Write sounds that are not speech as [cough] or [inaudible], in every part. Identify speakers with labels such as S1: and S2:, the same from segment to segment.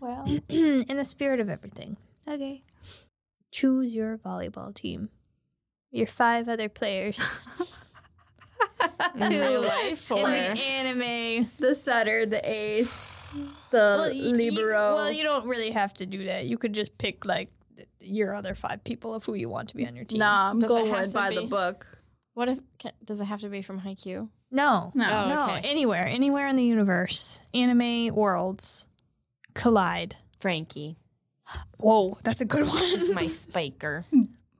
S1: volleyball.
S2: [clears throat] in the spirit of everything,
S1: okay.
S2: choose your volleyball team. Your five other players who [laughs]
S1: real
S2: in
S1: life,
S2: the
S1: or-
S3: e-
S2: anime.
S1: The setter, the ace, the
S2: Well, y- you-
S1: libero.
S2: well, you don't really have to do that. You could just pick like your other five people of who you want to be on your team.
S1: nah, I'm
S3: Does it
S1: going
S3: have to
S1: by the
S3: be-
S1: book.
S3: What if can, does it have to be from Haikyuu?
S2: No.
S1: No.
S3: Oh,
S2: no,
S3: okay.
S2: anywhere, anywhere in the universe, anime worlds collide.
S3: Frankie
S2: Whoa, that's a good one.
S3: is [laughs] my spiker.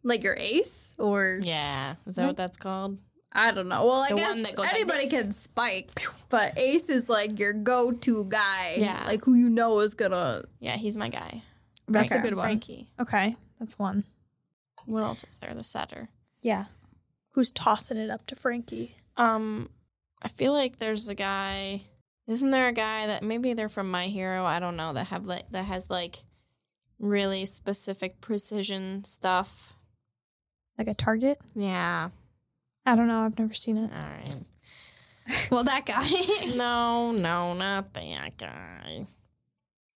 S1: Like your ace, or
S3: Yeah, is that what that's called?
S1: I don't know. Well, I
S3: The
S1: guess
S3: one that goes like
S1: anybody can spike, but ace is like your go-to guy.
S3: Yeah.
S1: like who you know is gonna.
S3: Yeah, he's my guy.
S2: That's a
S1: Okay.
S2: good one.
S3: Frankie.
S2: Okay, that's one.
S3: What else is there? The setter.
S2: Yeah. Who's tossing it up to Frankie?
S3: Um, I feel like there's a guy. Isn't there a guy that maybe they're from My Hero? I don't know. That have like that has like really specific precision stuff.
S2: Like a target?
S3: Yeah.
S2: I don't know. I've never seen it.
S3: All right.
S2: [laughs] Well, that guy.
S3: No, no, not that guy.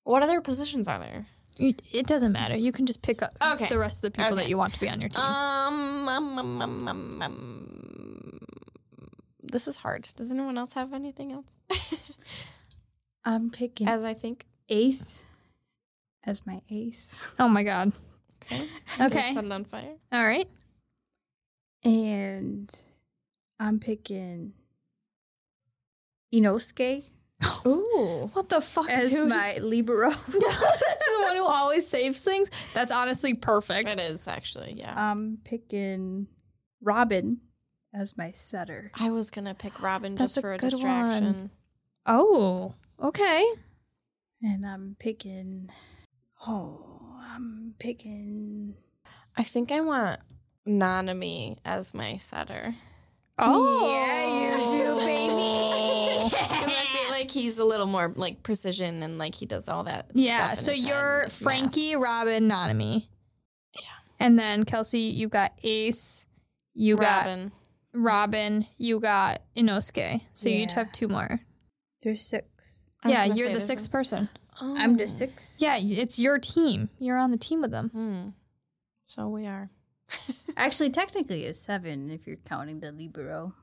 S3: What other positions are there?
S2: It it doesn't matter. You can just pick up
S3: Okay.
S2: the rest of the people
S3: Okay.
S2: that you want to be on your team.
S3: Um, um, um, um, um, um, this is hard. Does anyone else have anything else?
S1: I'm picking
S3: As I think.
S1: ace as my ace,
S2: oh my god.
S3: [laughs] Okay.
S2: Okay.
S3: Set it on fire.
S2: All right.
S1: and I'm picking Inosuke
S3: Ooh.
S2: What the fuck,
S1: [laughs] as
S2: dude?
S1: my
S2: [laughs]
S1: libero.
S2: that's the one who always saves things. That's honestly perfect.
S3: It is actually, yeah.
S1: I'm picking Robin as my setter.
S3: I was gonna pick Robin
S2: That's
S3: just
S2: a
S3: for a
S2: good one.
S3: distraction.
S2: Oh, okay.
S1: And I'm picking. Oh, I'm picking.
S3: I think I want Nanami as my setter.
S2: Oh,
S3: [laughs] baby. I feel like he's a little more like precision and like he does all that.
S2: [laughs] Yeah.
S3: stuff in
S2: So
S3: his head
S2: you're
S3: and math.
S2: Frankie, Robin, Nanami.
S3: Yeah.
S2: And then Kelsey, you got Ace. You got
S3: Robin.
S2: Robin. You got Inosuke. So you each
S1: Yeah.
S2: have two more.
S1: There's six.
S3: I was
S2: yeah,
S3: gonna
S2: you're
S3: say
S2: the
S3: this
S2: sixth person.
S3: one.
S1: I'm
S3: Oh.
S1: the six.
S2: Yeah, it's your team. You're on the team with them.
S3: Hmm. So we are.
S1: Actually, technically, it's seven if you're counting the libero.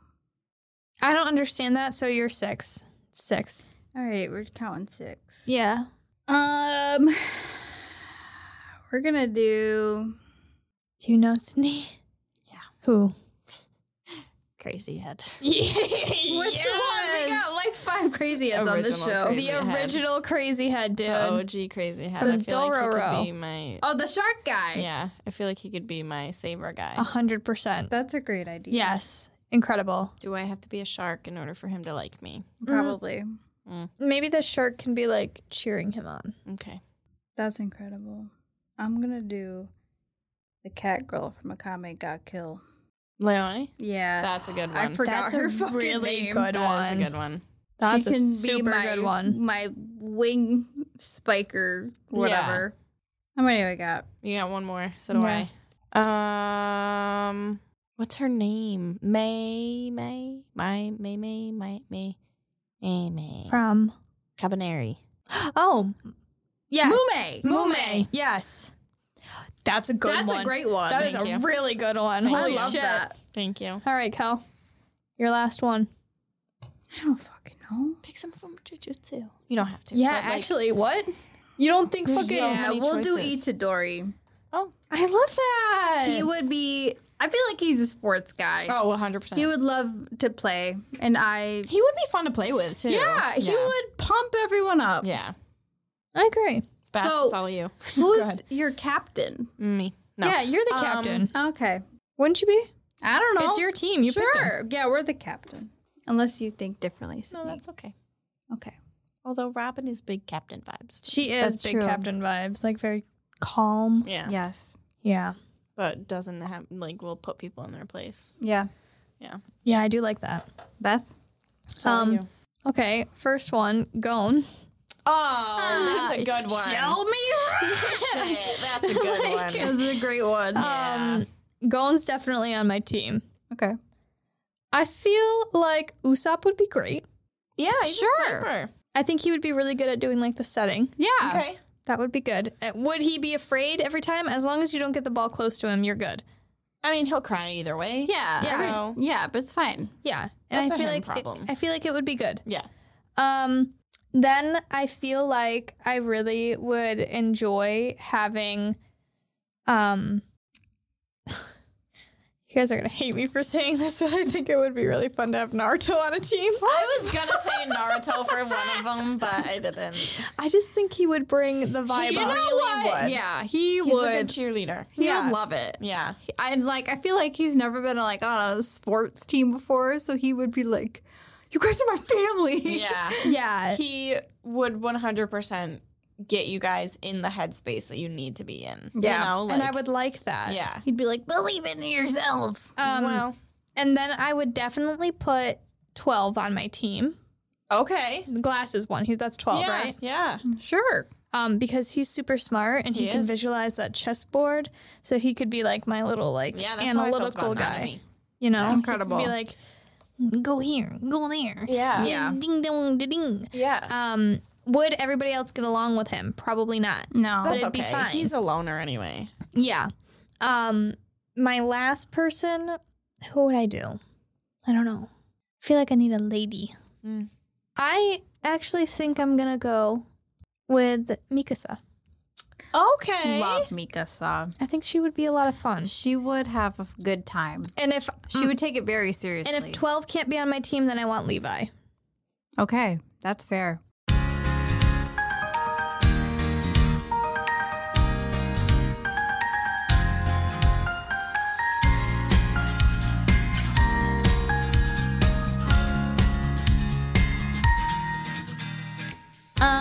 S2: I don't understand that. So you're six. Six.
S1: All right, we're counting six.
S2: Yeah.
S1: Um, [sighs] we're gonna do.
S2: Do you know Sydney?
S3: Yeah.
S2: Who?
S3: Crazy head.
S1: Which one? We got like five crazy heads on this
S3: Original
S1: show.
S3: crazy.
S2: The
S3: head.
S2: original crazy head dude.
S3: The OG crazy head.
S2: From
S3: I feel like he
S2: Dororo.
S3: could be my.
S1: Oh, the shark guy.
S3: Yeah, I feel like he could be my saver guy.
S2: A hundred percent.
S1: that's a great idea.
S2: Yes. Incredible.
S3: Do I have to be a shark in order for him to like me?
S1: Mm-hmm.
S3: Hmm,
S1: probably.
S2: Maybe the shark can be like cheering him on.
S3: Okay.
S1: That's incredible. I'm gonna do the cat girl from Akame Got Kill.
S3: Leone?
S1: Yeah,
S3: That's a good one.
S1: I forgot
S2: That's
S1: her
S2: a
S1: fucking
S2: really
S1: name.
S2: good
S3: That is
S2: one.
S3: a good one.
S2: That's
S1: she can
S2: a super
S1: be my
S2: good one.
S1: my wing spiker, whatever. How many do I got?
S3: You got one more. So do
S2: Yeah.
S3: I. Um, what's her name? May, May, my, May, May, May, May, May, May.
S2: From
S3: Cabaneri.
S2: oh yes,
S1: Mume.
S2: Mume. Yes, that's a good
S1: That's
S2: one.
S1: a great one.
S2: That is
S3: Thank
S2: a
S3: you.
S2: really good one.
S3: Thank
S2: Holy
S1: I love
S2: shit!
S1: that.
S3: Thank you.
S2: All right, Cal, your last one.
S1: I don't fucking know.
S3: Pick some from jujutsu. You don't have to.
S2: Yeah,
S3: but, like,
S2: actually, what? You don't think
S3: There's
S2: fucking?
S3: so
S1: Yeah,
S3: many
S1: we'll
S3: choices.
S1: do Itadori.
S3: Oh,
S2: I love that.
S1: He would be. I feel like he's a sports guy.
S3: oh, 100%.
S1: He would love to play, and I.
S3: He would be fun to play with, too.
S1: Yeah, he would pump everyone up.
S3: Yeah.
S2: I agree.
S3: Beth,
S1: So-
S3: it's all you.
S1: Who's
S2: ahead.
S1: your captain?
S3: Me. No.
S2: Yeah, you're the
S3: Um,
S2: captain.
S1: Okay,
S2: Wouldn't you be?
S1: I don't know.
S2: It's your team. You picked him.
S1: sure. Yeah, we're the captain. Unless you think differently.
S3: No,
S1: Sydney.
S3: that's okay.
S1: okay.
S3: Although Robin is big captain vibes.
S2: She is
S1: That's
S2: big
S1: true.
S2: captain vibes, like very calm.
S3: Yeah.
S1: Yes.
S2: Yeah.
S3: But doesn't have, like, will put people in their place.
S1: Yeah.
S2: Yeah, I do like that.
S1: Beth.
S3: So are
S2: Um,
S3: you.
S2: Okay, first one, Gone.
S3: [laughs] Oh, that's a good
S1: [laughs]
S3: one.
S1: me
S3: Shit, that's a [laughs] good
S1: This
S3: one.
S1: is a great one.
S3: Yeah.
S2: Um, Gone's definitely on my team.
S1: Uh, okay.
S2: I feel like Usopp would be great.
S3: Yeah, he's
S1: Sure.
S3: A sniper.
S2: I think he would be really good at doing like the setting.
S1: Yeah.
S3: Okay.
S2: That would be good. Uh, Would he be afraid every time? As long as you don't get the ball close to him, you're good.
S3: I mean, he'll cry either way.
S1: Yeah.
S2: Yeah.
S3: So-
S1: Yeah, but it's fine.
S2: Yeah, and
S3: That's
S2: I
S3: a
S2: feel
S3: him
S2: like it-
S3: problem.
S2: I feel like it would be good.
S3: Yeah.
S2: Um, then I feel like I really would enjoy having. Um, [laughs] you guys are gonna hate me for saying this, but I think it would be really fun to have Naruto on a team.
S3: I was gonna say Naruto for one of them, but I didn't.
S2: I just think he would bring the vibe.
S3: You
S2: up.
S3: know what? Would.
S1: Yeah, he
S3: He's a good
S1: would.
S3: cheerleader.
S1: He
S2: Yeah.
S1: would love it.
S3: Yeah.
S1: I like. I feel like he's never been like on a sports team before, so he would be like, "You guys are my family."
S3: Yeah.
S2: Yeah,
S3: he would 100% get you guys in the headspace that you need to be in.
S1: Yeah.
S3: You know? Like,
S2: and I would like that.
S3: Yeah.
S1: [laughs] He'd be like, "Believe in yourself."
S2: Um,
S3: well,
S2: and then I would definitely put twelve on my team.
S3: okay.
S2: The Glass is one. He, that's twelve,
S3: yeah.
S2: right?
S3: Yeah.
S1: Sure.
S2: um, because he's super smart and he,
S3: He
S2: can
S3: is.
S2: visualize that chessboard. So he could be like my little like
S3: Yeah. That's how I felt
S2: analytical
S3: about
S2: guy. [laughs]
S3: Anatomy.
S2: You know,
S1: Incredible.
S2: He could be like, go here, go there.
S3: Yeah.
S1: Yeah.
S2: Ding dong, ding. ding.
S3: Yeah.
S2: Um, would everybody else get along with him? Probably not.
S1: No.
S2: But
S3: That's
S2: it'd be
S3: okay.
S2: fine.
S3: He's a loner anyway.
S2: Yeah. Um, my last person, who would I do? I don't know. I feel like I need a lady.
S3: Mm.
S2: I actually think I'm gonna go with Mikasa.
S3: Okay.
S1: Love Mika Saw.
S2: I think she would be a lot of fun.
S1: Mm. She would have a good time.
S2: And if
S1: She would take it very seriously.
S2: And if 12 can't be on my team, then I want Levi.
S1: okay, that's fair.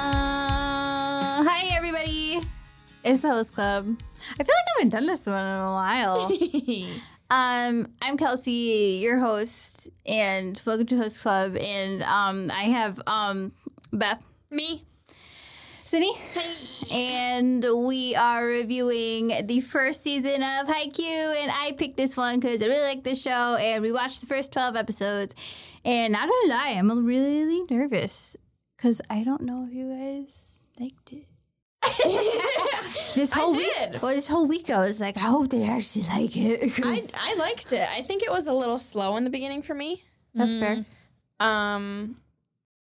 S1: Uh, hi everybody. It's the host club. I feel like I haven't done this one in a [laughs] while. Um, I'm Kelsey, your host, and welcome to Host Club. And um, I have um, Beth,
S2: Me.
S1: Sydney, and we are reviewing the first season of Haikyuu. And I picked this one because I really like this show, and we watched the first 12 episodes. And not gonna lie, I'm really nervous because I don't know if you guys liked
S3: [laughs]
S1: it. this whole week,
S3: did.
S1: well, this whole week, I was like, I hope they actually like it. 'cause-
S3: I, I liked it. I think it was a little slow in the beginning for me.
S2: That's fair.
S3: Um,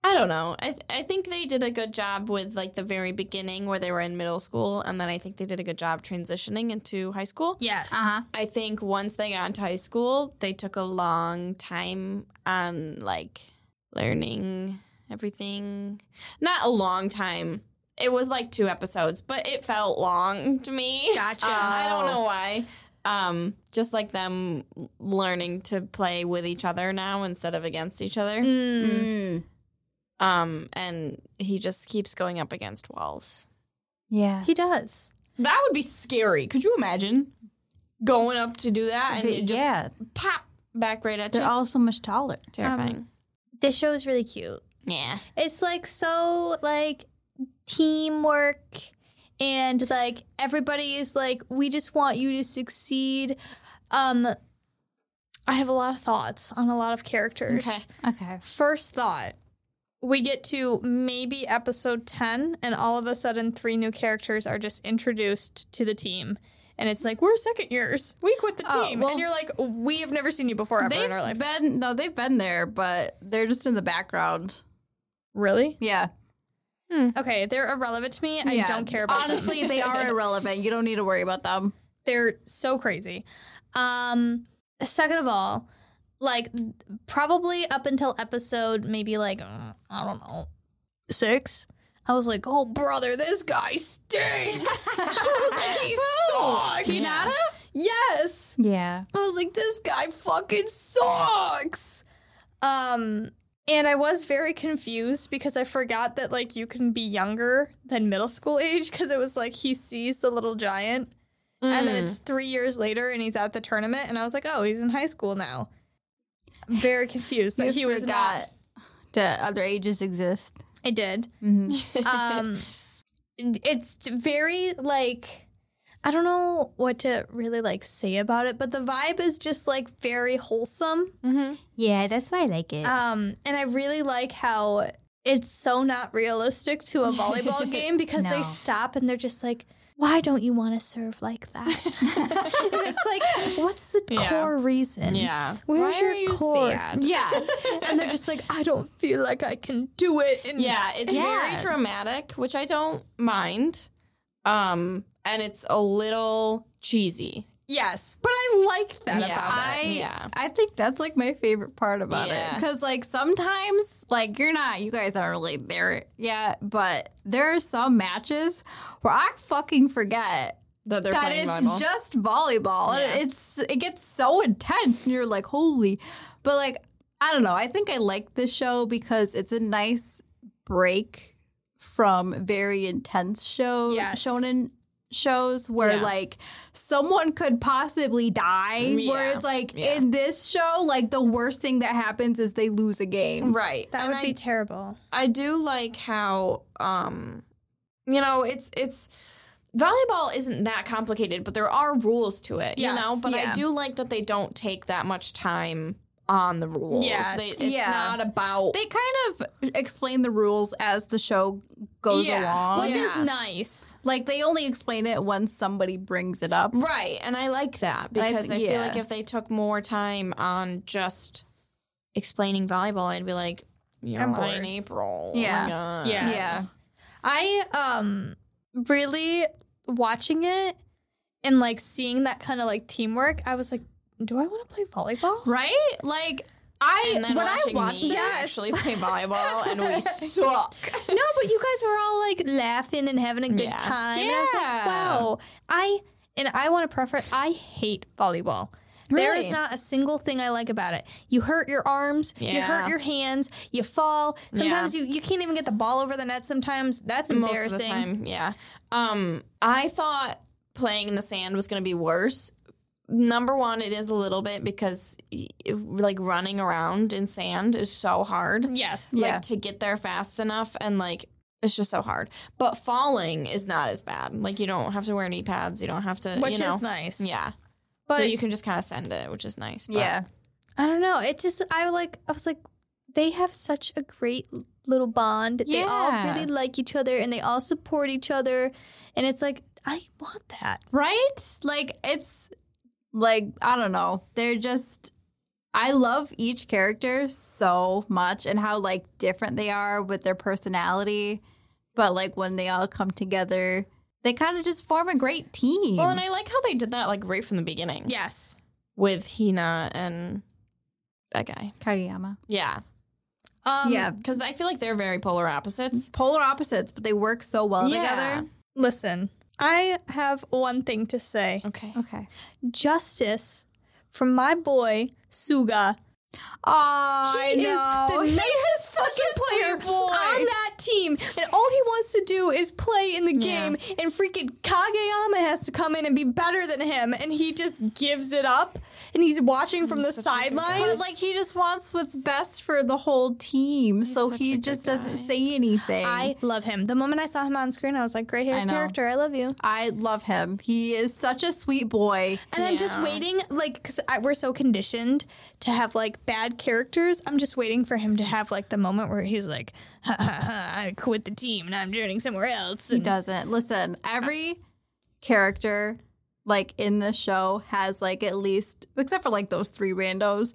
S3: I don't know. I th- I think they did a good job with like the very beginning where they were in middle school, and then I think they did a good job transitioning into high school.
S2: Yes.
S1: Uh-huh.
S3: I think once they got into high school, they took a long time on like learning everything. Not a long time. It was like two episodes, but it felt long to me. Um,
S2: Gotcha.
S3: I don't know why. Um, just like them learning to play with each other now instead of against each other. Mm-hmm.
S2: Mm.
S1: Mm.
S3: Um, and he just keeps going up against walls.
S1: Yeah.
S2: He does.
S3: That would be scary. Could you imagine going up to do that and
S1: They-
S3: it just
S1: yeah,
S3: pop back right at
S1: they're
S3: you?
S1: all so much taller.
S3: Terrifying.
S2: This show is really cute.
S3: yeah.
S2: It's like so like teamwork and like everybody is like we just want you to succeed. Um I have a lot of thoughts on a lot of characters.
S3: Okay.
S1: Okay.
S2: First thought. We get to maybe episode 10, and all of a sudden, three new characters are just introduced to the team. And it's like, we're second years. We quit the
S1: Oh,
S2: team.
S1: well-
S2: and you're like, we have never seen you before ever in our life.
S1: They've been no, they've been there, but they're just in the background.
S2: really?
S1: Yeah.
S2: Okay, they're irrelevant to me.
S1: Mm-hmm. Yeah.
S2: I don't care about them.
S1: Honestly, they
S2: [laughs]
S1: are irrelevant. You don't need to worry about them.
S2: They're so crazy. Um, second of all, like, probably up until episode maybe like, uh, I don't know, six. I was like, oh, brother, this guy stinks. I was like, he sucks.
S1: Hinata?
S2: Yes.
S1: Yeah.
S2: I was like, this guy fucking sucks. Um, and I was very confused because I forgot that like you can be younger than middle school age because it was like he sees the little giant and
S3: Hmm.
S2: then it's three years later and he's at the tournament and I was like, oh, he's in high school now. I'm very confused that he was not.
S1: that other ages exist.
S2: I did.
S1: [laughs]
S2: um it's very like i don't know what to really like say about it but the vibe is just like very wholesome Uh,
S1: Yeah, that's why I like it.
S2: um and i really like how it's so not realistic to a volleyball game because they
S1: No.
S2: stop and they're just like, why don't you want to serve like that? [laughs] and it's like, what's the
S3: Yeah.
S2: core reason?
S3: Yeah.
S2: Where's
S3: Why
S2: your
S3: are you
S2: core?
S3: sad?
S2: Yeah. [laughs] and they're just like, I don't feel like I can do it. And
S3: Yeah, it's very
S1: Yeah.
S3: dramatic, which I don't mind. Um, and it's a little cheesy.
S2: Yes. But I like that
S3: yeah,
S2: about it.
S1: I-
S3: yeah.
S1: I think that's like my favorite part about it.
S3: Yeah.
S1: Because, like, sometimes, like, you're not, you guys aren't really there yet, but there are some matches where I fucking forget
S3: That they're
S1: that
S3: playing
S1: it's
S3: volleyball.
S1: just volleyball. And
S3: Yeah.
S1: It's it gets so intense, and you're like, holy. But like, I don't know. I think I like this show because it's a nice break from very intense show
S2: Yes.
S1: shonen shows where
S3: Yeah.
S1: like someone could possibly die. Where
S3: Mm, Yeah.
S1: it's like
S3: Yeah.
S1: in this show, like the worst thing that happens is they lose a game.
S3: right.
S2: That
S3: and
S2: would
S3: I
S2: be terrible.
S3: I do like how um you know it's it's volleyball isn't that complicated, but there are rules to it,
S2: Yes,
S3: you know. But
S1: yeah.
S3: I do like that they don't take that much time on the rules.
S2: Yes,
S3: They- it's
S1: yeah.
S3: not about
S1: They kind of explain the rules as the show goes along.
S2: Which
S3: Yeah.
S2: is nice.
S1: Like they only explain it once somebody brings it up.
S3: right, and I like that because I,
S1: th-
S3: feel
S1: yeah.
S3: like if they took more time on just explaining volleyball, I'd be like, you're
S2: I'm
S3: right
S2: bored.
S3: in April.
S1: Yeah.
S3: Oh my
S2: Yeah.
S3: God.
S2: Yes. I um really watching it and like seeing that kind of like teamwork, I was like, do I want to play volleyball?
S1: Right? Like I
S3: And then
S1: when I
S3: watching
S1: watched
S3: me
S1: this,
S2: Yes.
S3: actually play volleyball,
S2: [laughs]
S3: and we suck.
S2: no, but you guys were all like laughing and having a good
S3: Yeah.
S2: time. And I was like,
S1: Yeah.
S2: wow. I and I want to preface I hate volleyball. There is
S1: Really?
S2: not a single thing I like about it. You hurt your arms, you
S3: Yeah.
S2: hurt your hands, you fall. Sometimes you, you can't even get the ball over the net sometimes. That's embarrassing.
S3: Most of the time, yeah. Um, I thought playing in the sand was going to be worse. Number one, it is a little bit because y- it- like running around in sand is so hard.
S2: Yes.
S1: Yeah.
S3: Like to get there fast enough and like it's just so hard. But falling is not as bad. Like you don't have to wear knee pads. You don't have to.
S2: Which
S3: you know,
S2: is nice.
S3: Yeah. so
S2: But-
S3: you can just kind of send it, which is nice. but-
S1: yeah.
S2: I don't know. It just I like I was like they have such a great l- little bond. They all
S1: Yeah.
S2: really like each other and they all support each other and it's like I want that.
S1: Right? Like it's like I don't know. They're just I love each character so much and how like different they are with their personality. But like when they all come together, they kind of just form a great team.
S3: Well, and I like how they did that like right from the beginning.
S2: Yes.
S3: With Hina and that guy.
S1: Kageyama.
S3: Yeah. Um,
S1: Yeah.
S3: because I feel like they're very polar opposites.
S1: Polar opposites, but they work so well
S3: Yeah.
S1: together.
S2: Listen, I have one thing to say.
S3: Okay.
S1: Okay.
S2: Justice from my boy Suga.
S1: Oh,
S2: he is the nicest fucking player on that team, and all he wants to do is play in the game. And freaking Kageyama has to come in and be better than him, and he just gives it up. And he's watching from the
S1: But
S2: sidelines.
S1: like he just wants what's best for the whole team, so
S3: such a
S1: he
S3: good
S1: just
S3: guy.
S1: doesn't say anything.
S2: I love him. The moment I saw him on screen, I was like, "Gray
S1: I
S2: haired
S1: know.
S2: character, I love you."
S1: I love him. He is such a sweet boy.
S2: And I'm just
S3: Yeah.
S2: waiting, like, because we're so conditioned to have like bad characters. I'm just waiting for him to have like the moment where he's like, ha, ha, ha, "I quit the team and I'm joining somewhere else."
S1: He
S2: And
S1: doesn't listen. Every character, like in the show, has like at least, except for like those three randos,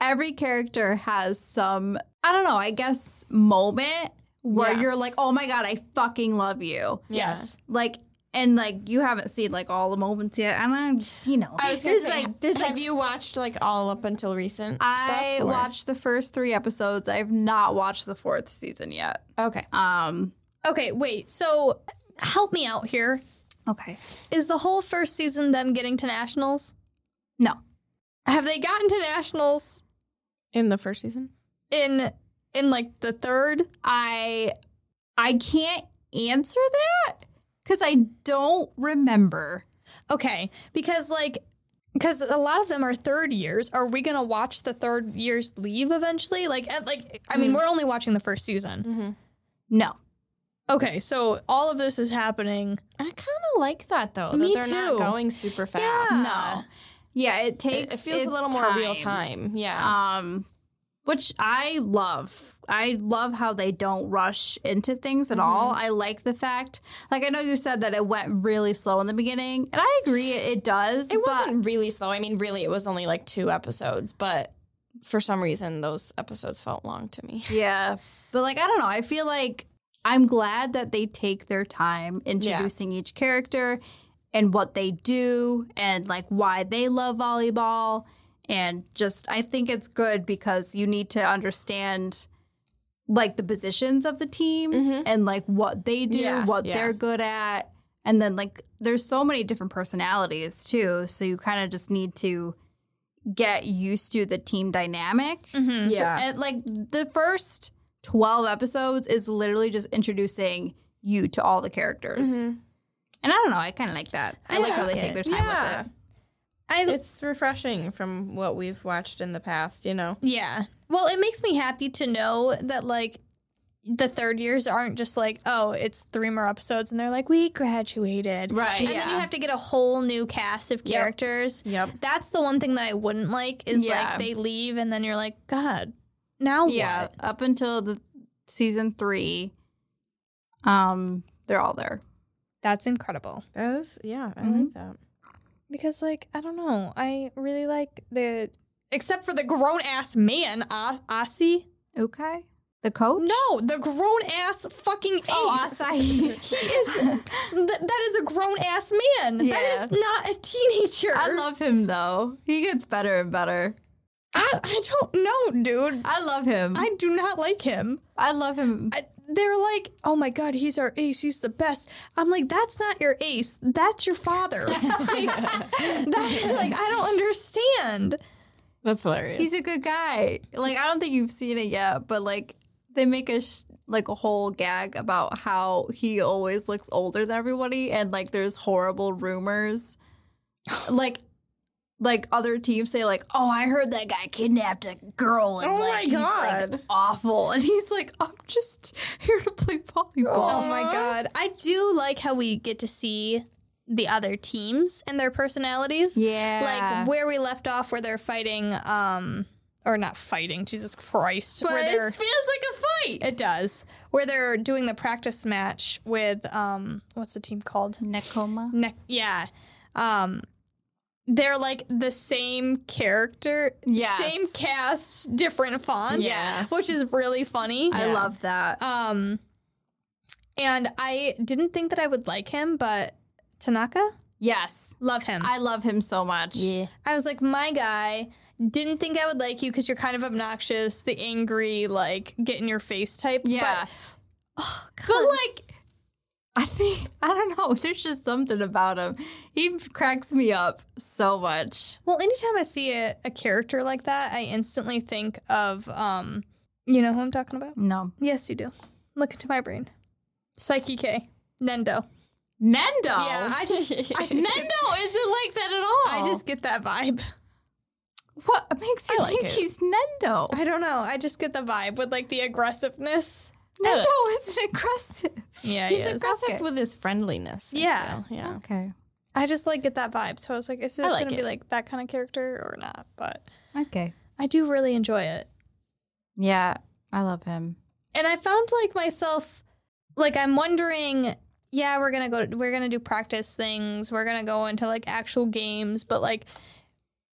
S1: every character has some. I don't know. I guess moment where
S3: Yeah.
S1: you're like, oh my god, I fucking love you.
S3: Yes.
S1: Like. And like you haven't seen like all the moments yet, and I'm just you know [laughs]
S3: I was gonna
S1: there's
S3: say,
S1: like
S3: [laughs]
S1: there's like
S3: have you watched like all up until recent?
S1: I
S3: stuff, or-
S1: watched the first three episodes. I've not watched the fourth season yet.
S3: Okay.
S1: Um.
S2: Okay, wait. So help me out here.
S1: Okay.
S2: Is the whole first season them getting to nationals?
S1: No.
S2: Have they gotten to nationals
S3: In the first season.
S2: in in like the third?
S1: I I can't answer that because I don't remember.
S2: Okay, because like because a lot of them are third years. Are we gonna watch the third years leave eventually? Like at, like I mean, we're only watching the first season.
S3: Mm-hmm.
S1: No.
S2: Okay, so all of this is happening.
S3: I kind of like that though.
S2: Me
S3: that they're
S2: too.
S3: not going super fast.
S2: Yeah.
S1: No. Uh, Yeah, it
S3: It,
S1: takes.
S3: it feels a
S1: its
S3: little more real time. Yeah.
S1: Um. which I love. I love how they don't rush into things at all.
S3: Mm-hmm.
S1: I like the fact, like I know you said that it went really slow in the beginning, and I agree it, it does.
S3: It
S1: but-
S3: wasn't really slow. I mean, really, it was only like two episodes, but for some reason, those episodes felt long to me. [laughs]
S1: Yeah. But like I don't know, I feel like I'm glad that they take their time introducing each character and what they do and like why they love volleyball and just I think it's good because you need to understand like the positions of the team and like what they do,
S3: Mm-hmm. Yeah,
S1: what
S3: yeah.
S1: they're good at. And then like there's so many different personalities too, so you kind of just need to get used to the team dynamic.
S3: Mm-hmm. Yeah.
S1: And like the first 12 episodes is literally just introducing you to all the characters. And I don't know, I kind of like that. I like how they take their time with it.
S2: I
S3: It's refreshing from what we've watched in the past, you know?
S2: Yeah. Well, it makes me happy to know that like the third years aren't just like, oh, it's three more episodes and they're like, we graduated.
S3: Right.
S2: And then you have to get a whole new cast of characters.
S3: Yep.
S2: That's the one thing that I wouldn't like is
S1: Yeah.
S2: like they leave and then you're like, God, now
S1: Yeah,
S2: what?
S1: up until the season 3 um they're all there.
S2: That's incredible.
S3: That is, yeah, I like that.
S2: Because like, I don't know. I really like the except for the grown ass man, As- Asi.
S1: Okay. The coach?
S2: No, the grown ass fucking ace. [laughs]
S1: Oh, Asahi.
S2: He is. Th- that is a grown ass man.
S1: Yeah.
S2: That is not a teenager.
S1: I love him though. He gets better and better.
S2: I, I don't know, dude.
S1: I love him. I,
S2: I do not like him.
S1: love him.
S2: I, they're like, oh my god, he's our ace. He's the best. I'm like, that's not your ace. That's your father. [laughs] like, that, like, I don't understand.
S3: That's hilarious.
S1: He's a good guy. Like I don't think you've seen it yet, but like they make a sh- like a whole gag about how he always looks older than everybody, and like there's horrible rumors, like. Like other teams say, like, oh, I heard that guy kidnapped a girl, and
S3: Oh
S1: like
S3: my
S1: he's like
S3: God.
S1: awful, and he's like, I'm just here to play
S2: Oh
S1: volleyball.
S2: my god, I do like how we get to see the other teams and their personalities.
S1: Yeah,
S2: like where we left off where they're fighting um or not fighting jesus christ
S1: but
S2: where
S1: it
S2: they're
S1: feels like a fight.
S2: it does where they're doing the practice match with um what's the team called
S1: Nekoma.
S2: ne- yeah um they're like the same character
S1: Yes.
S2: same cast different font
S1: Yes.
S2: which is really funny
S1: I love that.
S2: um and i didn't think that i would like him but tanaka
S1: yes,
S2: love him
S1: I love him so much.
S3: yeah.
S2: I was like, my guy, didn't think I would like you because you're kind of obnoxious, the angry, like get in your face type.
S1: Yeah. But, like, I think, I don't know. [laughs] There's just something about him. He cracks me up so much.
S2: But, well, anytime I see a, a character like that, I instantly think of, um, you know who I'm talking about?
S1: No.
S2: Yes, you do. Look into my brain. Psyche K. Nendo.
S1: Nendo.
S2: Yeah, I just,
S1: [laughs]
S2: I just, get,
S1: Nendo isn't like that at all.
S2: I just get that vibe. [laughs]
S1: what makes you
S3: I like
S1: think
S3: it.
S2: [laughs]
S1: he's Nendo?
S2: I don't know. I just get the vibe with like the aggressiveness.
S1: Nendo isn't aggressive.
S2: Yeah,
S3: He's
S2: he is.
S3: aggressive
S1: Okay.
S3: with his friendliness. I
S2: Yeah.
S3: feel. Yeah.
S1: Okay.
S2: I just like get that vibe. So I was like, is it
S3: I like
S2: gonna
S3: it.
S2: be like that kind of character or not? But
S1: Okay.
S2: I do really enjoy it.
S1: Yeah, I love him.
S2: And I found like myself like I'm wondering, yeah, we're going to go we're going to do practice things. We're going to go into like actual games, but like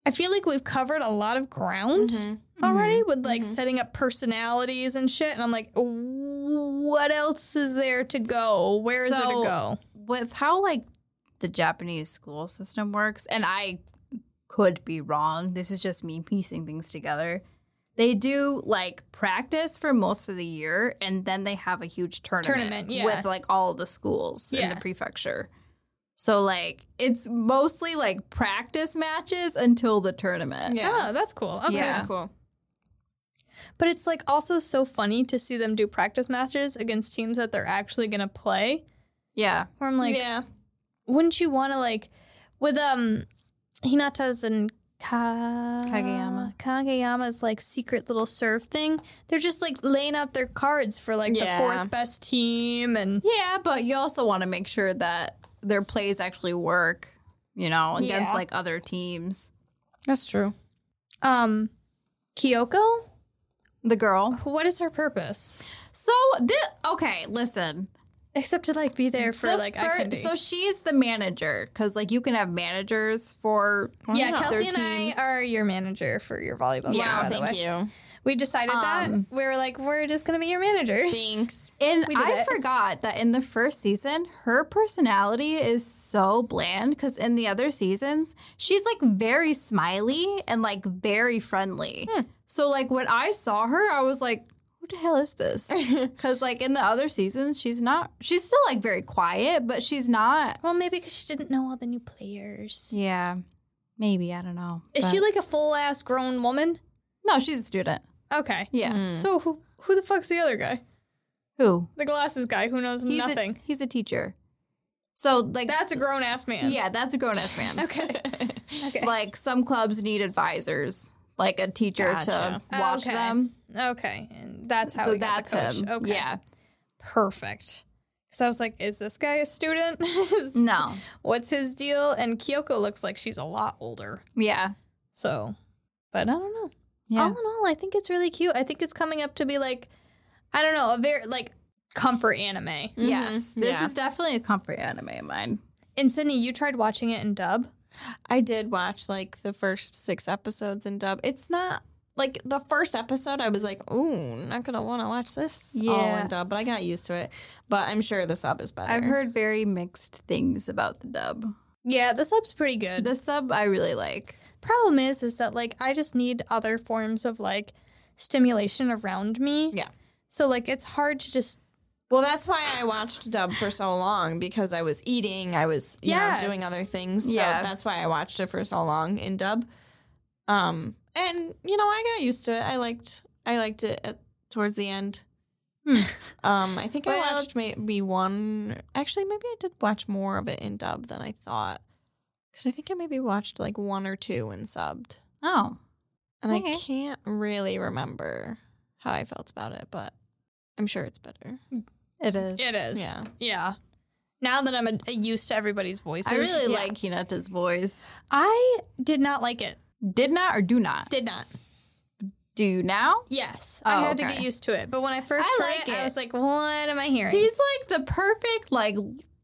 S2: I feel like we've covered a lot of ground
S1: Mm-hmm.
S3: Mm-hmm.
S2: already with like setting up personalities and shit and I'm like what else is there to go? Where is there
S1: So-
S2: to go?
S1: with how like the Japanese school system works, and I could be wrong. This is just me piecing things together. They do like practice for most of the year, and then they have a huge tournament,
S2: Tournament, yeah.
S1: with like all the schools in
S2: Yeah.
S1: the prefecture. So like it's mostly like practice matches until the tournament.
S2: Oh, that's cool. Okay.
S1: Yeah.
S3: That's cool.
S2: But it's like also so funny to see them do practice matches against teams that they're actually going to play.
S1: Yeah.
S2: Where I'm like,
S3: yeah.
S2: wouldn't you want to like with um Hinata's and Ka-
S1: Kageyama.
S2: Kageyama's like secret little serve thing? They're just like laying out their cards for like
S3: Yeah.
S2: the fourth best team and
S1: Yeah, but you also want to make sure that their plays actually work, you know, against
S2: Yeah.
S1: like other teams.
S3: That's true.
S2: um Kyoko
S4: the girl.
S2: What is her purpose?
S1: So this okay, listen.
S2: Except to like be there for
S1: The
S2: like
S1: third-
S2: I can be.
S1: so she's the manager because like you can have managers for I
S2: yeah,
S1: don't know,
S2: Kelsey
S1: their
S2: and I
S1: teams.
S2: are your manager for your volleyball team. By
S3: Wow,
S2: the
S3: thank
S2: way,
S3: you.
S2: we decided
S1: Um,
S2: that we were like we're just gonna be your managers.
S3: Thanks.
S1: And
S2: We did
S1: I
S2: it.
S1: forgot that in the first season, her personality is so bland because in the other seasons, she's like very smiley and like very friendly.
S2: Hmm.
S1: So, like, when I saw her, I was like, who the hell is this?
S2: [laughs]
S1: Because, like, in the other seasons, she's not, she's still like very quiet, but she's not.
S2: Well, maybe because she didn't know all the new players.
S1: Yeah, maybe. I don't know.
S2: Is she like a full ass grown woman?
S1: No, she's a student.
S2: Okay.
S1: Yeah.
S3: Mm.
S2: So who who the fuck's the other guy?
S1: Who?
S2: The glasses guy who knows
S1: He's
S2: nothing.
S1: A, he's a teacher. So, like,
S2: That's a grown ass man.
S1: yeah, that's a grown ass man.
S2: [laughs] Okay. okay.
S1: like some clubs need advisors, like a teacher
S3: Gotcha.
S1: to watch
S2: Okay.
S1: them.
S2: okay. And that's how
S1: so
S2: we got
S1: that's
S2: the coach.
S1: him.
S2: Okay.
S1: Yeah.
S2: Perfect. So I was like, is this guy a student? [laughs]
S1: No.
S2: What's his deal? And Kyoko looks like she's a lot older.
S1: Yeah.
S2: So, but I don't know.
S1: Yeah.
S2: All in all, I think it's really cute. I think it's coming up to be like, I don't know, a very like comfort anime.
S1: Yes. This
S3: Yeah.
S1: is definitely a comfort anime of mine.
S2: And Sydney, you tried watching it in dub.
S3: I did watch like the first six episodes in dub. It's not like the first episode. I was like, "Ooh, not gonna want to watch this all
S1: Yeah.
S3: in dub," but I got used to it. But I'm sure the sub is better.
S1: I've heard very mixed things about the dub.
S2: Yeah, the sub's pretty good.
S1: The sub I really like.
S2: problem is is that like I just need other forms of like stimulation around me.
S3: Yeah.
S2: So like it's hard to just
S3: Well, that's why I watched dub for so long because I was eating, I was you know,
S2: Yes.
S3: doing other things. So
S1: Yeah.
S3: that's why I watched it for so long in dub. Um, and you know, I got used to it. I liked, I liked it at, towards the end. [laughs] um, I think I
S1: Hmm. Well-
S3: watched maybe one. Actually, maybe I did watch more of it in dub than I thought because I think I maybe watched like one or two in subbed,
S1: Oh.
S3: and I
S1: Okay.
S3: can't really remember how I felt about it, but I'm sure it's better.
S1: It is.
S2: It is.
S3: Yeah.
S2: Yeah. Now that I'm a, used to everybody's voices.
S1: I really
S2: Yeah.
S1: like Hinata's voice.
S2: I did not like it.
S1: Did not or do not?
S2: Did not.
S1: Do now?
S2: Yes.
S1: Oh,
S2: I had to
S1: okay.
S2: get used to it. But when I first
S1: I
S2: heard
S1: like
S2: it, I
S1: it.
S2: was like, what am I hearing?
S1: He's like the perfect like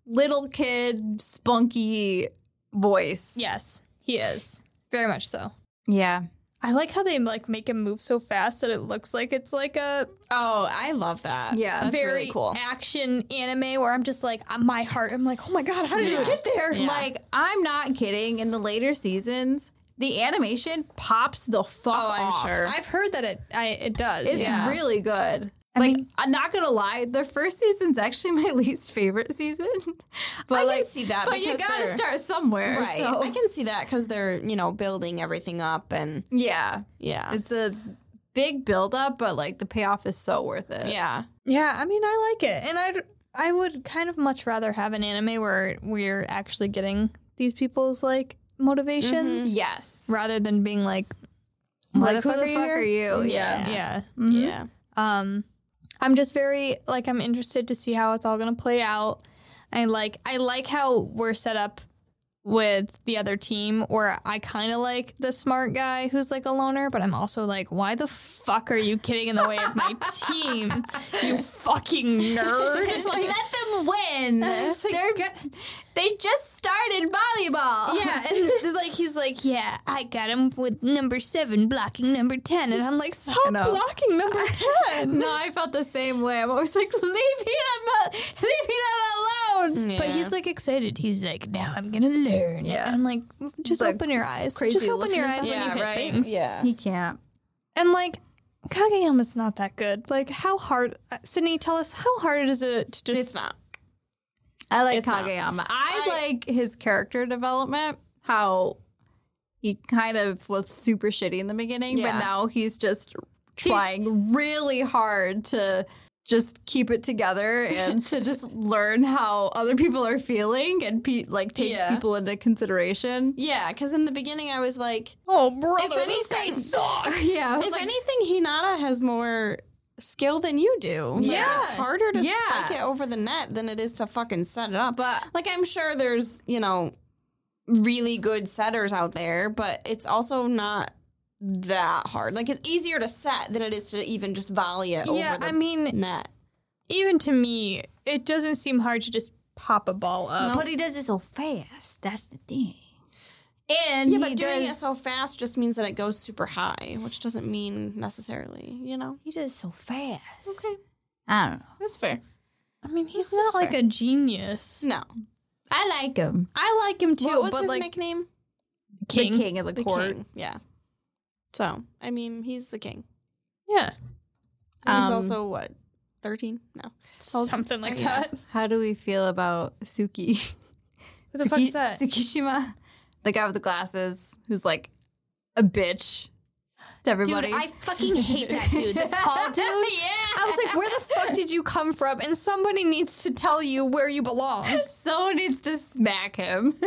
S1: little kid spunky voice.
S2: yes, he is. Very much so.
S1: Yeah.
S2: I like how they like make him move so fast that it looks like it's like a
S3: Oh, I love that.
S1: Yeah.
S3: that's
S2: very
S3: really cool.
S2: action anime where I'm just like uh, my heart. I'm like, oh my god, how did you get there?
S3: Yeah.
S1: Like, I'm not kidding. In the later seasons, the animation pops the fuck
S3: Oh, I'm
S1: off.
S3: sure.
S2: I've heard that it I, it does.
S1: It's
S2: yeah.
S1: really good.
S2: I
S1: like,
S2: mean-
S1: I'm not gonna lie, the first season's actually [laughs] my least favorite season. [laughs] But
S3: I
S1: like,
S3: can see that.
S1: but you
S3: because
S1: gotta
S3: they're-
S1: start somewhere. [laughs]
S3: Right.
S1: So
S2: [laughs]
S3: I can see that because they're you know building everything up and
S1: yeah,
S3: yeah,
S1: it's a big buildup, but like the payoff is so worth it.
S3: yeah.
S2: yeah. I mean, I like it, and I I would kind of much rather have an anime where we're actually getting these people's like motivations
S1: Yes.
S2: rather than being like,
S1: Like,
S2: "Motherfucker,
S1: who the
S2: you
S1: fuck
S2: here?"
S1: are
S2: Yeah.
S1: you? Yeah.
S2: yeah.
S1: Mhm.
S3: Yeah.
S2: Um, I'm just very like I'm interested to see how it's all gonna play out. I like I like how we're set up with the other team where I kind of like the smart guy who's like a loner, but I'm also like, why the fuck are you getting in the way of
S1: [laughs]
S2: my team? You fucking
S1: [laughs]
S2: nerd. Like,
S1: Let them [laughs] win. They're- they just started volleyball.
S2: [laughs]
S1: [laughs]
S2: yeah, and like he's like, yeah, I got him with number seven blocking number ten, and I'm like, stop
S1: know.
S2: blocking
S1: [laughs]
S2: number ten.
S1: No, I felt the same way. I'm always like, [laughs] leave Peanut, leave Peanut alone.
S2: But he's like excited. He's like, now I'm gonna learn. Yeah. I'm like, just
S1: Like,
S2: open your eyes.
S1: crazy
S2: just open your eyes
S1: looking
S2: when
S3: Yeah,
S2: you hit
S3: right?
S2: things.
S3: Yeah.
S1: He can't.
S2: And like, Kageyama's not that good. Like, how hard? uh, Sydney, tell us how hard is it to just?
S3: It's not.
S1: I like
S3: not.
S1: Kageyama. I,
S3: I-
S1: like his character development. How he kind of was super shitty in the beginning,
S3: Yeah.
S1: but now he's just trying really hard to just keep it together and to just [laughs] learn how other people are feeling and pe- like take
S3: Yeah.
S1: people into consideration.
S3: Yeah, because in the beginning I was like,
S2: oh, brother,
S3: If
S2: this guy
S3: anything-
S2: sucks.
S1: Yeah, I was
S3: if
S1: like,
S3: anything, Hinata has more skill than you do. Like,
S2: Yeah.
S3: it's harder to
S1: Yeah.
S3: spike it over the net than it is to fucking set it up.
S1: But-
S3: like, I'm sure there's you know really good setters out there, but it's also not that hard. Like it's easier to set than it is to even just volley it
S2: [laughs] yeah,
S3: over the
S2: I mean,
S3: net.
S2: even to me, it doesn't seem hard to just pop a ball up.
S5: But he does it so fast. That's the thing.
S1: And
S3: Yeah, but
S1: he
S3: doing
S1: does,
S3: it so fast just means that it goes super high, which doesn't mean necessarily, you know.
S5: He does it so fast.
S3: Okay,
S5: I don't know.
S3: that's fair. I mean,
S2: He's not like a genius.
S3: no.
S5: I like him.
S2: I like him too,
S3: What was
S2: but
S3: his
S2: like
S3: nickname?
S2: king.
S1: the king of the,
S3: The
S1: court.
S3: king. Yeah. So I mean, he's the king.
S2: Yeah.
S3: And he's
S1: Um,
S3: also what thirteen? No.
S2: Something like
S3: Yeah.
S2: that.
S1: How do we feel about Suki? [laughs]
S2: Who the fuck's
S1: Suki-
S2: that?
S1: Tsukishima, the guy with the glasses, who's like a bitch to everybody.
S5: fucking hate that dude. The
S2: [laughs]
S5: tall dude.
S2: I was like, where the fuck did you come from? And somebody needs to tell you where you belong.
S1: Someone needs to smack him.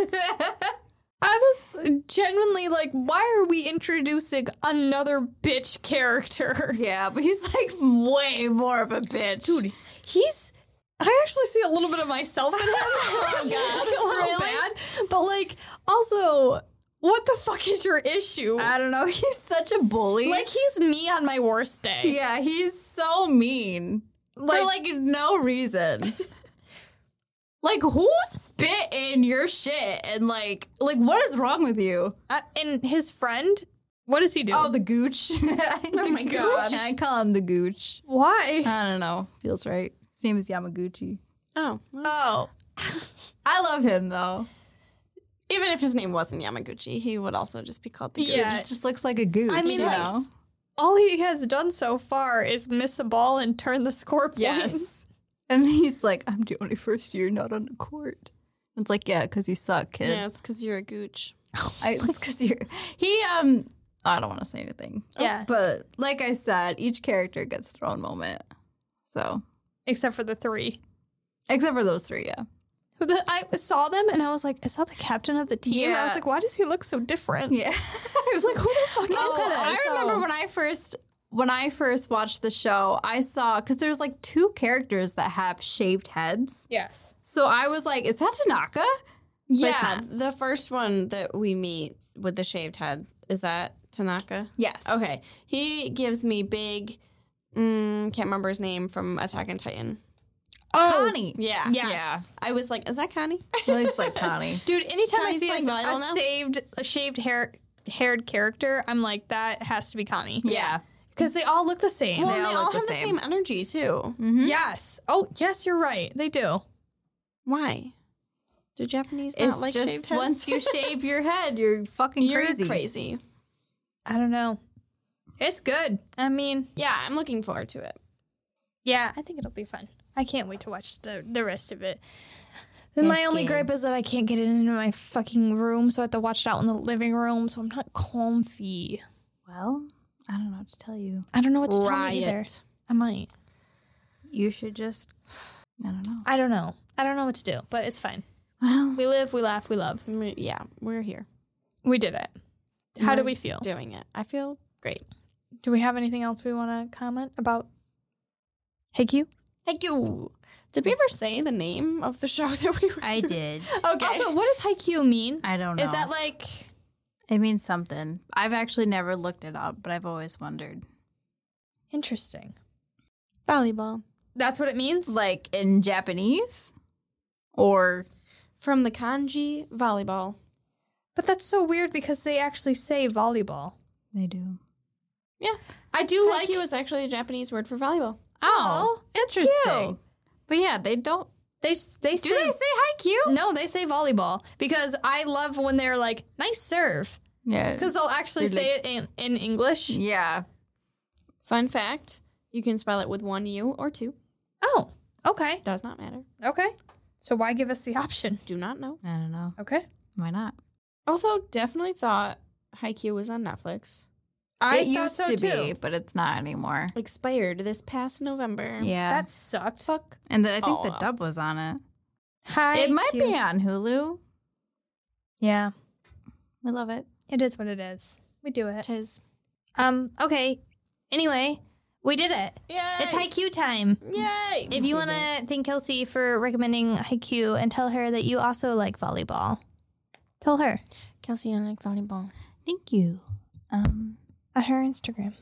S2: I was genuinely like, why are we introducing another bitch character?
S1: [laughs] yeah, but he's like way more of a bitch. Dude,
S2: He's. I actually see a little bit of myself [laughs] in him. Which is, like, a little bad. But, like, also, what the fuck is your issue?
S1: I don't know. [laughs] He's such a bully.
S2: Like, he's me on my worst day.
S1: yeah, he's so mean
S2: Like-
S1: for like
S2: [laughs]
S1: no reason. like, who spit in your shit? And like, like, what is wrong with you?
S2: Uh, and his friend, what does he do?
S1: Oh, the gooch. [laughs] oh
S2: my gosh.
S1: I call him the gooch.
S2: Why?
S1: I don't know. Feels right. His name is Yamaguchi.
S3: Oh.
S2: oh,
S1: I love him though.
S3: Even if his name wasn't Yamaguchi, he would also just be called the
S2: Yeah.
S1: He just looks like a gooch.
S2: I mean,
S1: you
S2: like,
S1: know?
S2: all he has done so far is miss a ball and turn the score point.
S1: yes. And he's like, I'm the only first year not on the court. It's like, yeah, because you suck, kid.
S3: Yeah, it's because you're a gooch.
S1: I [laughs] because you're he um I don't want to say anything.
S5: Oh.
S2: Yeah.
S1: But like I said, each character gets their own moment. So
S2: [laughs] Except for the three.
S1: except for those three, yeah.
S2: Who the- I saw them and I was like, is that the captain of the team? I was
S1: Yeah.
S2: like, why does he look so different?
S1: Yeah. [laughs] I was like, who the fuck
S2: is this?
S1: I remember when I first when I first watched the show, I saw because there's like two characters that have shaved heads.
S2: Yes.
S1: So I was like, is that Tanaka?
S3: Yeah, the first one that we meet with the shaved heads is that Tanaka.
S1: Yes.
S3: Okay, he gives me big. Mm, can't remember his name from Attack on Titan.
S2: Oh,
S1: Connie.
S3: Yeah,
S2: Yes.
S3: I was like, is that Connie?
S1: He looks like [laughs] Connie.
S2: dude, anytime I
S3: Connie's
S2: see a,
S3: playing volleyball
S2: a
S3: now?
S2: saved, a shaved hair, haired character, I'm like, that has to be Connie.
S1: Yeah.
S2: Because they all look the same.
S3: Well, and they all,
S1: all look the
S3: have the
S1: same.
S3: same energy too.
S2: yes. Oh, yes, you're right. They do.
S3: Why? Do Japanese not
S1: It's
S3: like shaved
S1: just
S3: heads?
S1: once you shave your head, you're fucking
S3: you're
S1: crazy.
S3: crazy.
S2: I don't know. It's good. I mean,
S3: Yeah, I'm looking forward to it.
S2: Yeah, I think it'll be fun. I can't wait to watch the, the rest of it. Then my only gripe is that I can't get it into my fucking room, so I have to watch it out in the living room, so I'm not comfy.
S5: Well, I don't know what to tell you.
S2: I don't know what to tell you either.
S3: Riot.
S2: I might.
S5: You should just. I don't know.
S2: I don't know. [laughs] I don't know what to do, but it's fine.
S5: Well,
S2: We live, we laugh, we love.
S3: Mm, Yeah, we're here
S2: We did it. How do
S3: We're
S2: we feel?
S3: doing it. I feel great.
S2: Do we have anything else we want to comment about? Hey, Q?
S3: Thank you. Did we ever say the name of the [laughs] show that we were?
S5: I
S3: doing?
S5: did.
S3: Okay.
S2: Also, what does haiku mean?
S5: I don't know.
S2: Oh, Is that like
S5: It means something. I've actually never looked it up, but I've always wondered.
S2: interesting?
S3: volleyball
S2: That's what it means?
S1: like in Japanese or
S3: from the kanji volleyball.
S2: But that's so weird because they actually say volleyball.
S5: They do.
S3: Yeah,
S2: I do like
S3: haiku is actually a Japanese word for volleyball.
S2: Oh,
S1: interesting.
S2: cute.
S1: But yeah, they don't.
S2: They s- they
S1: Do
S2: say,
S1: they say hi cute?
S2: no, they say volleyball because I love when they're like nice serve [laughs]
S1: Yeah,
S2: because they'll actually
S1: They're
S2: say it in, in English.
S1: yeah.
S3: Fun fact: you can spell it with one u or two.
S2: Oh, okay,
S3: Does not matter.
S2: okay. So why give us the option?
S3: Do not know.
S5: I don't know.
S2: Okay,
S5: Why not?
S3: Also, definitely thought haiku was on Netflix.
S2: I
S1: it
S2: thought
S1: used
S2: so
S1: to be,
S2: too.
S1: but it's not anymore.
S3: Expired this past November.
S5: Yeah.
S2: That sucked.
S3: Fuck.
S5: and then I think
S3: Oh,
S5: the
S3: uh,
S5: dub was on it.
S2: Hi,
S1: it might
S2: cute.
S1: be on Hulu.
S2: Yeah,
S1: We love it.
S2: it is what it is. We do it.
S3: Tis.
S2: Um. Okay. Anyway, we did it.
S3: Yay!
S2: It's haiku time.
S3: Yay!
S2: If you want to thank Kelsey for recommending haiku and tell her that you also like volleyball, tell her.
S3: Kelsey, I like volleyball.
S5: Thank you. Um,
S2: on her Instagram.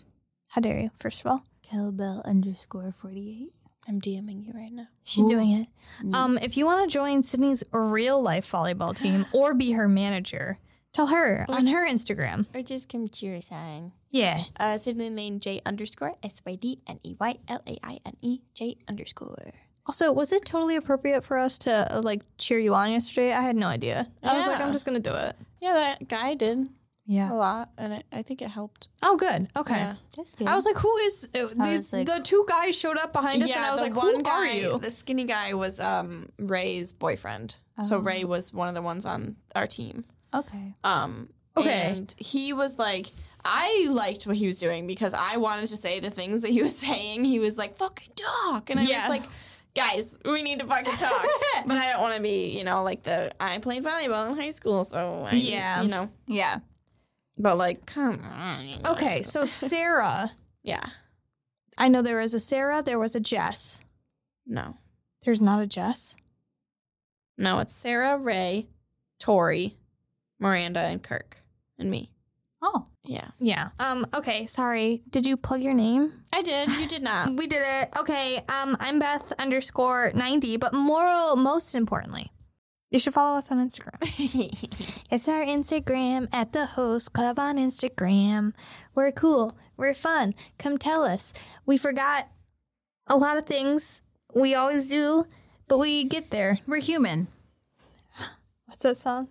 S2: How dare you, first of all?
S1: Cowbell underscore 48.
S3: I'm DMing you right now.
S2: She's doing it. Um, if you want to join Sydney's real life volleyball team or be her manager, tell her on her Instagram.
S3: Or just come cheer sign.
S2: Yeah.
S3: Uh, sibling lane J underscore S Y D N E Y L A I N E J underscore.
S2: Also, was it totally appropriate for us to uh, like cheer you on yesterday? I had no idea. I was like,
S3: Yeah.
S2: I'm just gonna do it.
S3: Yeah, that guy did
S6: Yeah.
S3: a lot, and it, I think it helped.
S2: Oh, good. Okay.
S3: Yeah.
S1: That's good.
S2: I was like, who is uh, these?
S1: like-
S2: the two guys showed up behind us, and I was like, who
S3: guy,
S2: are you?
S3: the skinny guy, was um, Ray's boyfriend. So Ray was one of the ones on our team.
S6: Okay.
S3: Um,
S2: Okay.
S3: And he was like, I liked what he was doing because I wanted to say the things that he was [laughs] saying. He was like, fucking talk. And I
S2: Yeah.
S3: was like, guys, we need to fucking [laughs] talk. but I don't want to be, you know, like the, I played volleyball in high school. So, I,
S2: Yeah.
S3: you know,
S6: Yeah.
S3: but like, come on.
S2: Okay, so Sarah.
S3: Yeah.
S2: I know there was a Sarah. There was a Jess.
S3: No.
S2: There's not a Jess.
S3: No, it's Sarah, Ray, Tori, Miranda, and Kirk, and me.
S6: Oh.
S3: Yeah.
S2: Yeah. Um. Okay. Sorry. Did you plug your name?
S3: I did. You did [laughs] not.
S2: We did it. Okay. Um, I'm Beth underscore 90, but moral, most importantly, you should follow us on
S3: [laughs]
S2: Instagram. it's our Instagram at the host club on Instagram. We're cool. We're fun. Come tell us. We forgot a lot of things. We always do, but we get there.
S6: We're human.
S2: What's that song?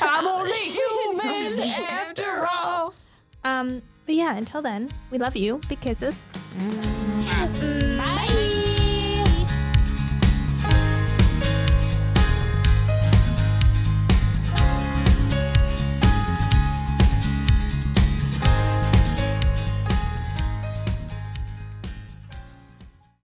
S3: I'm [laughs] only human
S2: Um, but yeah, until then, we love you. Big kisses.